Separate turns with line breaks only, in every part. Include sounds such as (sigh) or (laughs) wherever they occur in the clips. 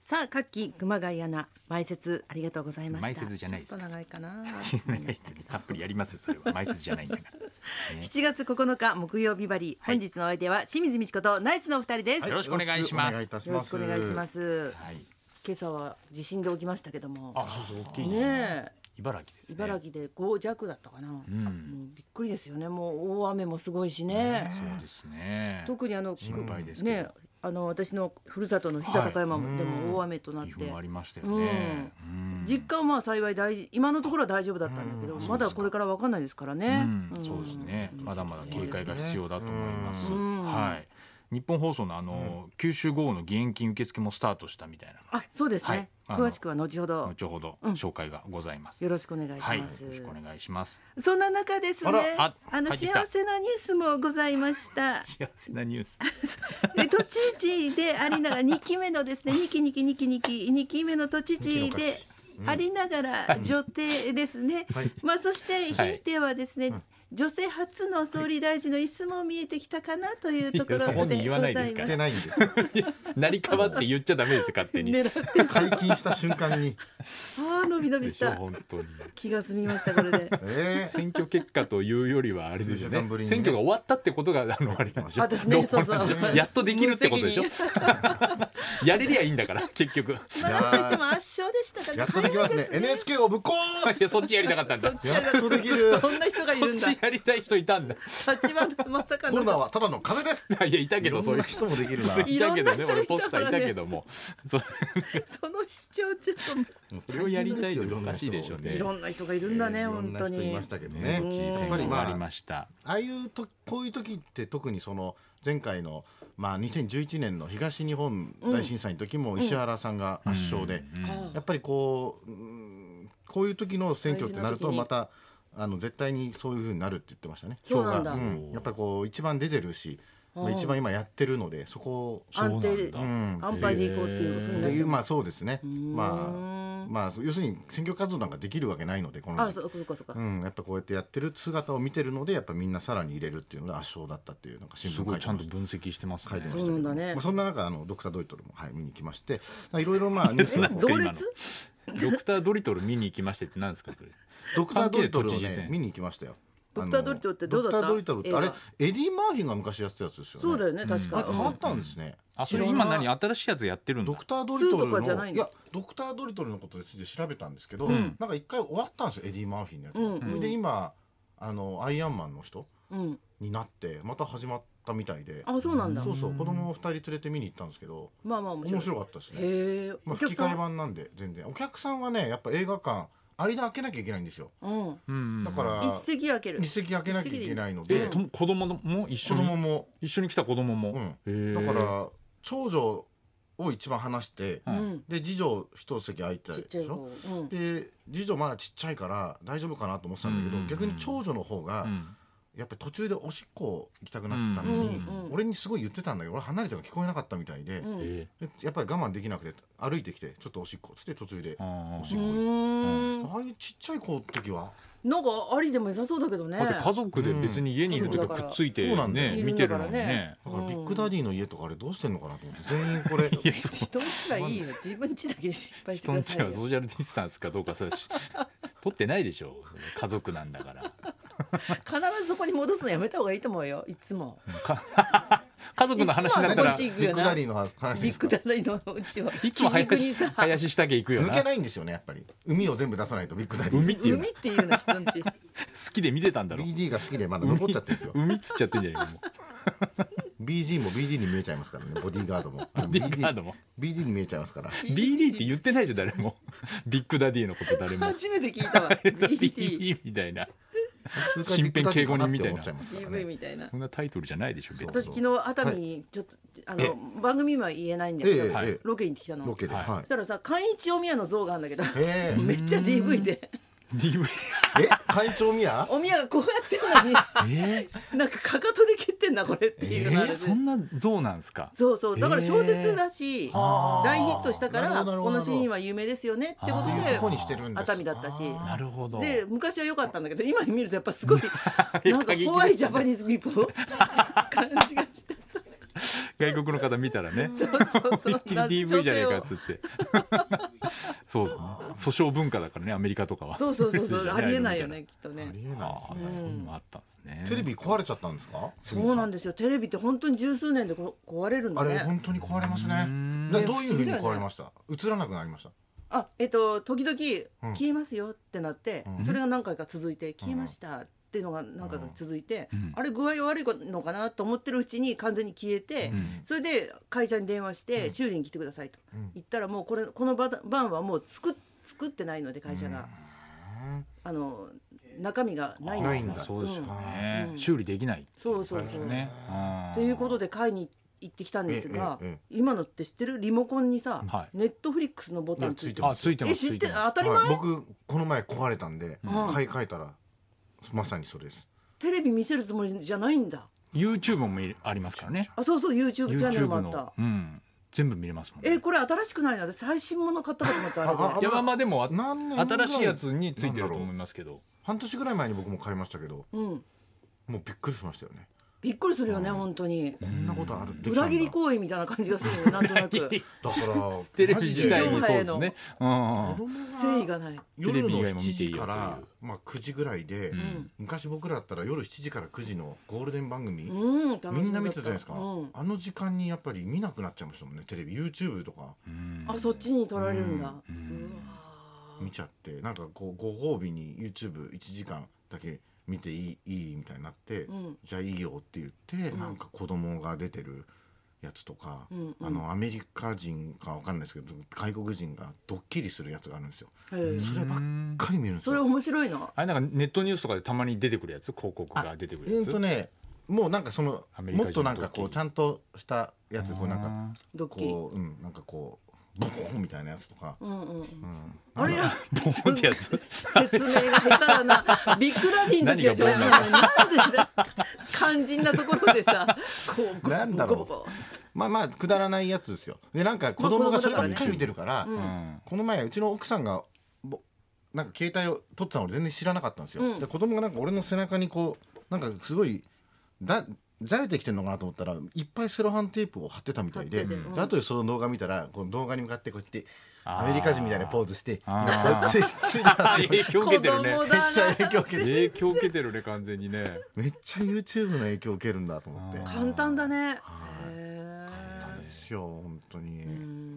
さあ、かっき熊谷アナ、前説ありがとうございました。
前説じゃないです
ちょっと長いかな。
たっぷりやりますよそれは前説じゃないんだから、ね
7月9日木曜日バリ、
はい
本日のお相手は清水美智子とナイツのお二人です、
はい
よ
よろしくお願いします
よろくお願いいたし
ろ
ま
し
す。
くお願いします
はい、
今朝は地震で起きましたけども
あそうそう大きい、
ね
茨城です
え
ね
茨城で5弱だったかな、もうびっくりですよねもう大雨もすごいしね
そうですね
特にあのく
心配ですけど
ねえあの私の故郷の日高高山も、でも大雨となっ
岐阜
て
もありましたよね、うん
実家はまあ幸い大事今のところは大丈夫だったんだけど、まだこれからわかんないですからね、
うんそうですね、まだまだ警戒が必要だと思います。はい。日本放送のあの、九州豪雨の義援金受付もスタートしたみたいなの
あ
で、
そうですね、
はい
詳しくは後ほど
後ほど紹介がございます。
よろしくお願いし
はい、よ
ま
ろ
す、
しくお願いします。
そんな中ですね
あら
あ
あ
の
入ってき
幸
た
せなニュースもございま
(laughs)
した
幸せなニュース。
え都知事でありながら2期目のですね2期2期2期2期2期目の都知事でありながら女帝ですね、まあそしてひいてはですね、女性初の総理大臣の椅子も見えてきたかなというところ
いや本人
で
言
ご
わ
ざ
ない
い
で
ますす
から
してないんです。
成り変わって言っちゃダメですよ、勝手に。で
狙って
解禁した瞬間に。
ああ伸び伸びし
しょ
た
本当に。
気が済みましたこれで
え (laughs) え
選挙結果というよりはあれですよ
数時
ね
間ぶり。にね
選挙が終わったってことがあのあれなんでしょ。
私ね
ど
そうそう
(laughs) やっとできるってことでしょ
無。
やれりゃいいんだから結局。
まあなんといっても圧勝でしたから
やっとできますね。NHK をぶっ壊
いや (laughs)
す。
そっちやりたかったんだ。
やっとできる。
こんな人がいるんだ
そっちやりたい人いたんだ。
立花まさか
コロナ
の
はただの風邪です。
(laughs) いやいたけ
いろ
どそうんいう
な人もできるな。
い
い
ろ
た
ん
け
な
ど
人
ね
いたからね
俺ポスターいたけどもそ
その主張ちょっ
それをやりたいっておかしいでしょう
と
ね
いろんな人がいるんだね、
いろ
本
ん
当
な人い
に
ましたけど
ね
ね。
知
やっ
事
ぱり
選もあり
まあ
ました
ああいうとこういう時って特にその前回のまあ2011年の東日本大震災の時も石原さんが圧勝で、やっぱりこううんこういう時の選挙ってなる
大
と
変な
ま
時
たあの絶対にそういう風になるって言ってましたね。
そうなんだ
票がんやっぱりこう一番出てるし、まあ一番今やってるのでそこを
安定
そう
なんだ
安牌でいこうっていうことに
っ
な
て
っ
い
ちゃう
うまあそうですね。まあまあ要するに選挙活動なんかできるわけないのでこの
あ
時
そ
期
うそうかそう
う
か
ん、やっぱこうやってやってる姿を見てるのでやっぱみんなさらに入れるっていうのが圧勝だったっていうなんか新聞書いてました
分析してます
書いてました
そうなんだね
まあ、そんな中あのドクター・ドイトルも、はい、見に来
(laughs)
ましていろいろまあニュース
え
なんか
増
今の
列
ドクタードリトル見に行きましてってなんですかそれ
ドクター・ドリトルを
関係都知事
ね
選
見に行きましたよ
ドクタードリトルってどうだった
あのドクター・ドリトルって
映
あれエディ・マーフィンが昔やってたやつですよね
そうだよね確
あ
か
れ変わったんですね、
あそ
知ら
れ
ない
今何新しいやつやってるんだ
ドクター・ドリトル
ツーとかじゃな
の
い
い
の
やドクター・ドリトルのことでついて調べたんですけど、なんか一回終わったんですよエディ・マーフィンのやつが、それで今あのアイアンマンの人
うんうん
になってまた始まったみたいで
あそうなんだ
そうそう子供を2人連れて見に行ったんですけど
まあまあ面白い
面白かったですね、
へえ
ま
お
あ、吹
客
き
さ
替え
ん
版なんで全然お客さんはねやっぱ映画館間開けなきゃいけないんですよ
うん
うん
だから
一席開ける
一席開けなきゃいけないの
え
で
と子供も一
子
緒
供
に
も、
一緒に来た子供
う
も
ん
へー
だから長女を一番話して、
一席うん
で次女一席空いてた
ちっ
で
ちゃい
し
方
ょ
うん
で次女まだちっちゃいから大丈夫かなと思ってたんだけど、
うん
逆に長女の方が、
うん
やっぱり途中でおしっこ行きたくなったのに、
うんうん
俺にすごい言ってたんだけど俺離れてるの聞こえなかったみたいで、
うん
え
でやっぱり我慢できなくて歩いてきてちょっとおしっこっつって途中で
ーあー
おしっ
う
こ行って
ーん
ああいうちっちゃい子の時は
なんかありでも良さそうだけどね
だって家族で別に家にいる時はくっついて
そうなんだよ
ね見てるのにね
だからビッグダディの家とかあれどうしてんのかなと思って全員これ
いやそう
人んちはいいよ自分ちだけ失敗して
人
くだ
んち
さ
はいソ
よ
ーシャルディスタンスかどうかそれはし取ってないでしょ家族なんだから
必ずそこに戻すのやめた方がいいと思うよいつも
家族の話になった
い
ら
つも話
ビ
行くよな
ッグダディの話
ビ
で
ッ
す
グ
か
ダディのうちを
いつも
基軸
林
にさ
林下家行くよ
抜け
な好
ないんですよねやっぱり海を全部出さないとビッグダディ
海っていうの
海っていうの人ん (laughs) ち
きで見てたんだろ
BD が好きでまだ残っちゃってるんですよ
海っつっちゃってんじゃないも
BG も BD に見えちゃいますからねボディーガードも
ディーガードも
BD に見えちゃいますから
う BD って言ってないじゃん誰もビッグダディのこと誰も
初めて聞いたわ BT
BD みたいな
通過ビッグダディかなって思っちゃいますから
DV
ね
みたいな
そんなタイトルじゃないでしょ別に
私昨日熱海にちょっと、あの番組は言えないんだけ
え
ど、
えええ
ロケに行ってきたの
ロケで
は
はいい
そしたらさ寛一お宮の像があるんだけど、
ええ
めっちゃ DV で
DV
え会長宮
お宮がこうやってるのに
え
なんかかかとで蹴ってんなこれっていうのある
ーそんな像なんすか
そうそうだから小説だし、大ヒットしたから
なるほどなるほ
こ
ど
のシーンは有名ですよねってこ
という
と
ことに
で
してるんです
熱海だったし
なるほど
で昔は良かったんだけど今見るとやっぱす
(laughs)
ごいなんか
過激 (laughs)
怖いジャパニーズピーポー感じがして
外国の方見たらね
そうそうそう
一気に DV じゃねえかっつってそうですね訴訟文化だからねアメリカとかは
そうそうそうそう
(laughs) じゃ
ありえないよ
みた
ねきっとね
ありえない
あ
です
あ
ね
そういうのもあったんですね
テレビ壊れちゃったんですか
そうなんですよテレビって本当に十数年でこ壊れるの
あれ
ね
本当に壊れますね
ん
などういうふうに壊れました映らなくなりました
あえっと時々
ん
消えますよってなって、
うん
それが何回か続いて消えましたっていうのが何回か続いて、あれ具合悪いのかなと思ってるうちに完全に消えて、それで会社に電話して修理に来てくださいと言ったらもうこれこのバタ晩はもう作っ作ってないので会社が、あの中身がないん
な
で
い
す
ん
よ
だ
そうですよね、修理できない
そうそうそう、
ねあ
ということで買いに行ってきたんですが、
えええ
今のって知ってるリモコンにさ、
はい
ネットフリックスのボタンついてる
あついてま
え
す
知
つ
っ
い
て
て
る
ます
当たり前、
はい、僕この前壊れたんで、買い替えたらまさにそれです
テレビ見せるつもりじゃないんだ
YouTube も見れありますからね
あそうそう YouTube チャンネル
YouTube
もあった
の、うん、全部見れますもんね
えこれ新しくないなで最新もの買ったかと思ったあれ
あ
で
あ
山間でもあ
何年ぐら
新
い
しいやつについてると思いますけど
半年ぐらい前に僕も買いましたけど
うん、
もうびっくりしましたよね
びっくりするよね本当に
こんなことあるできたんだ
裏切り行為みたいな感じがする
(laughs)
よなんとなく
だから
テレビ自
時代
体
に
もそうですね、うん
子供が
誠意がない
テレ
夜
ビ以
の
外も見
7
ていい
時
よという
から、まあ、9時ぐらいで、昔僕らだったら夜7時から9時のゴールデン番組、
うん楽しみだった
みんな見てたじゃないですか、
うん、
あの時間にやっぱり見なくなっちゃいましたもんねテレビ YouTube とか
あそっちに取られるんだ、
見ちゃって、なんかこうご褒美に YouTube1 時間だけ見ていいいいみたいになって、
ん
じゃあいいよって言って、なんか子供が出てるやつとか、
ん
あのアメリカ人かわかんないですけど外国人がドッキリするやつがあるんですよ、
へえ
そればっかり見るんです
そ
よ
れ面白いな
あれなんかネットニュースとかでたまに出てくるやつ広告が出てくる
う
や
ん
つ、
とねもうなんかその
アメリカ人
もっとなんかこ
ドッキ
う
リ
ちゃんとしたやつこうなんか
ドッキリ
こううんなんかこうボコンみたいなやつとか、
うんうんうんあれや
ボーンって
(laughs)
やつ
説明が下手だなビッグラディの時は上手なのになんでだ肝心なところで
(laughs)
さこうボコ
なんだろう
ボコボコ
まあまあくだらないやつですよでなんか子供がそればっかり見てるから、
うん
この前うちの奥さんがぼなんか携帯を取ってたの俺全然知らなかったんですよ、で子供がなんか俺の背中にこうなんかすごいだじゃれてきてるのかなと思ったらいっぱいセロハンテープを貼ってたみたいで,、
貼って
で
てうん
後でその動画見たらこの動画に向かってこうやって
あー
アメリカ人みたいなポーズして
あ
ついついて
(laughs)
ますよ
影響受けてるね
子供
めっちゃ影響受けてる
影響受けてるね完全にね
めっちゃ YouTube の影響受けるんだと思って
あー
簡単だねへ
そうですよ本当に、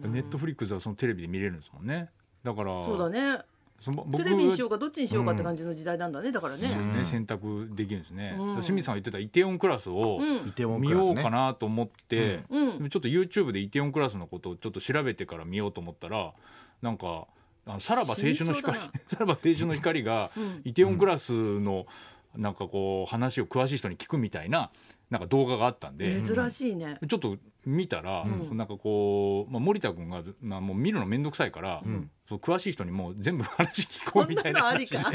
ネットフリックスはそのテレビで見れるんですもんねだから
ーそうだね
その僕
テレビにしようかどっちにしようかって感じの時代なんだねだから
ね
ね
選択できるんですね、だから清水さんが言ってたイテオンクラスを
うん
イテウォン
見
クラスね
ようかなと思って、
うんうん
でもちょっと YouTube でイテオンクラスのことをちょっと調べてから見ようと思ったらなんかあのさらば青春
慎
の
重だ
光
な
(laughs) さらば青春の光がイテオンクラスのなんかこう話を詳しい人に聞くみたいななんか動画があったんで。
珍しいね
ちょっと見たら、なんかこう、まあ、森田君が、まあ、もう見るの面倒くさいから、そう詳しい人にもう全部話聞こ
こ
うんみた
ないの
な
ありか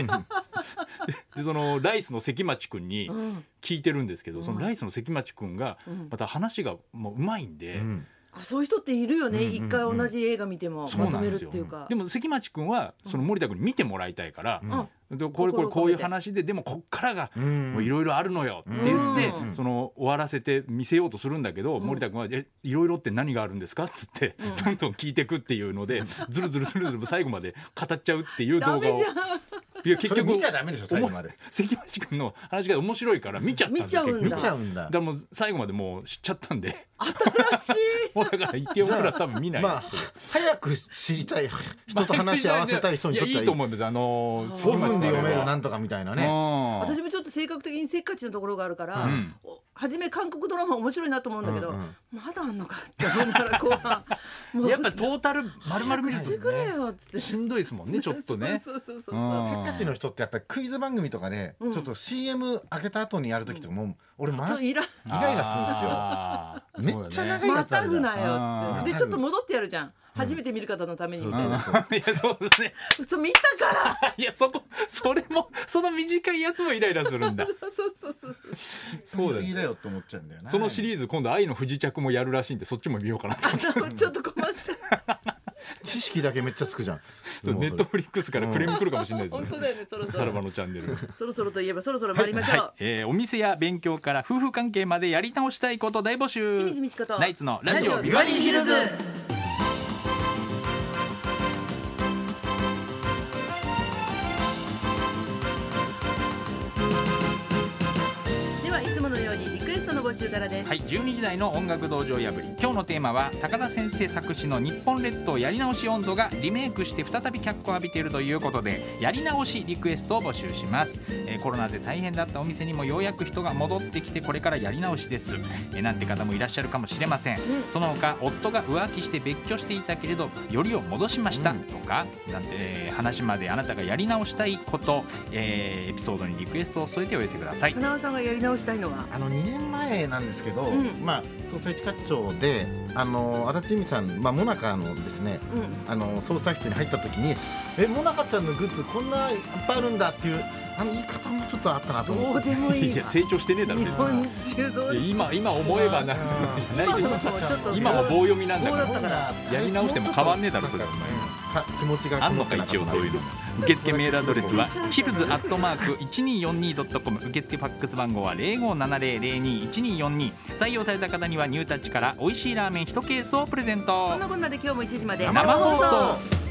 でそのライスの関町君に
ん
聞いてるんですけど、そのライスの関町君がまた話がもううまいんで、
うん
あそういう人っているよね一回同じ映画見ても
そう
ま
な
と
ん
め
で
るっ
すよ
ていうか
でも関町君はその森田君に見てもらいたいから、
あ
でこれこれ
心を込めて
こういう話ででもこっからが
ん
もういろいろあるのよって言って、
う
その終わらせて見せようとするんだけど、森田君は「えいろいろって何があるんですか?」っつって、どんどん聞いてくっていうのでずるずるずるずる最後まで語っちゃうっていう動
ダ
画
メ
を
じ。ゃん
いや結
それ
局
見ちゃダメでしょ最後まで
おも関町君の話が面白いから見ちゃったんですよ
見ちゃうんだ
結局
見ちゃうんだ
だからもう最後までもう知っちゃったんで
新しい
(laughs) もうだからイテウォンクラス多分見ない、
まあ早く知りたい人と話し合わせたい人にとって
や
はい
いと思うんですあのー
5分で読めるなんんとかみたいな
ね
ね
私もちょっと性格的にせっかちなところがあるから、
ん
お初め韓国ドラマ面白いなと思うんだけど、
うんうん
まだあんのかって思いながら後半も
やっぱトータル丸々見る
して
と
くれ
ね
よっつって
しんどいですもんねちょっとね
そうそうそうそう
うん
せっかちの人ってやっぱりクイズ番組とかで、ちょっと CM 開けた後にやる時とかもう俺ま
そう
イ
いらん
ライラするんですよ
あー
めっちゃ長い
またぐなよっつ
あー
ってでちょっと戻ってやるじゃん初めて見る方のためにみたいな
そうだねいや (laughs) そうですね
そう見たから
いやそこそれもその短いやつもイライラする
(laughs)
んだ
そうそうそうそう
そうだ
過ぎ
ね
だよって思っちゃうんだよな
そのシ
(laughs)
リーズ今度愛の不時着もやるらしいんでそっちも見ようかなと
あのちょっと困っちゃう
知識だけめっちゃつくじゃんもう
ネ
それ
ットフリックスからクレーム来るかもしれないです
本
ね
当だよねそろそ
さら
ろ
ばのチャンネル
そろそろといえばそろそろ (laughs) 参りましょう、
はい、えーお店や勉強から夫婦関係までやり直したいこと大募集
清水ミチコと
ナイツのラジオ
ビ
ビバ
バ
リ
リー
ーヒ
ヒ
ル
ル
ズ
ズではいつものようにリクエストの募集からです、
はい12時台の音楽道場破り今日のテーマは高田先生作詞の「日本列島やり直し温度」がリメイクして再び脚光を浴びているということでやり直しリクエストを募集します、えーコロナで大変だったお店にもようやく人が戻ってきてこれからやり直しです、えーなんて方もいらっしゃるかもしれません、その他夫が浮気して別居していたけれどよりを戻しましたとか、なんて、えー話まであなたがやり直したいこと、えーエピソードにリクエストを添えてお寄せください
花輪さんがやり直したいのは
あの2年前なんですけど、
ん
まあ捜査一課長であの足立由美さん、まあ、モナカのですね
うん
あの捜査室に入った時にえモナカちゃんのグッズこんないっぱいあるんだっていうあの言い方もちょっとあったなと思
ど
っ
う
て
でもいいわ日
長してねえだ
本中どうでもいい
今今思えばな
うん
じゃ
今
ないけ
の
ど
もちょっと
今も棒読みなんだか
棒だ
ら
ったから
やり直しても変わんねえだろそれ
なんかさ気持ちが
あんのか一応そういうの受付メールアドレスは
そうそうそう
ヒルズアットマーク 1242.com 受付ファックス番号は0570021242採用された方にはニュータッチから美味しいラーメン1ケースをプレゼント
そんなこんなで今日も1時まで
生放送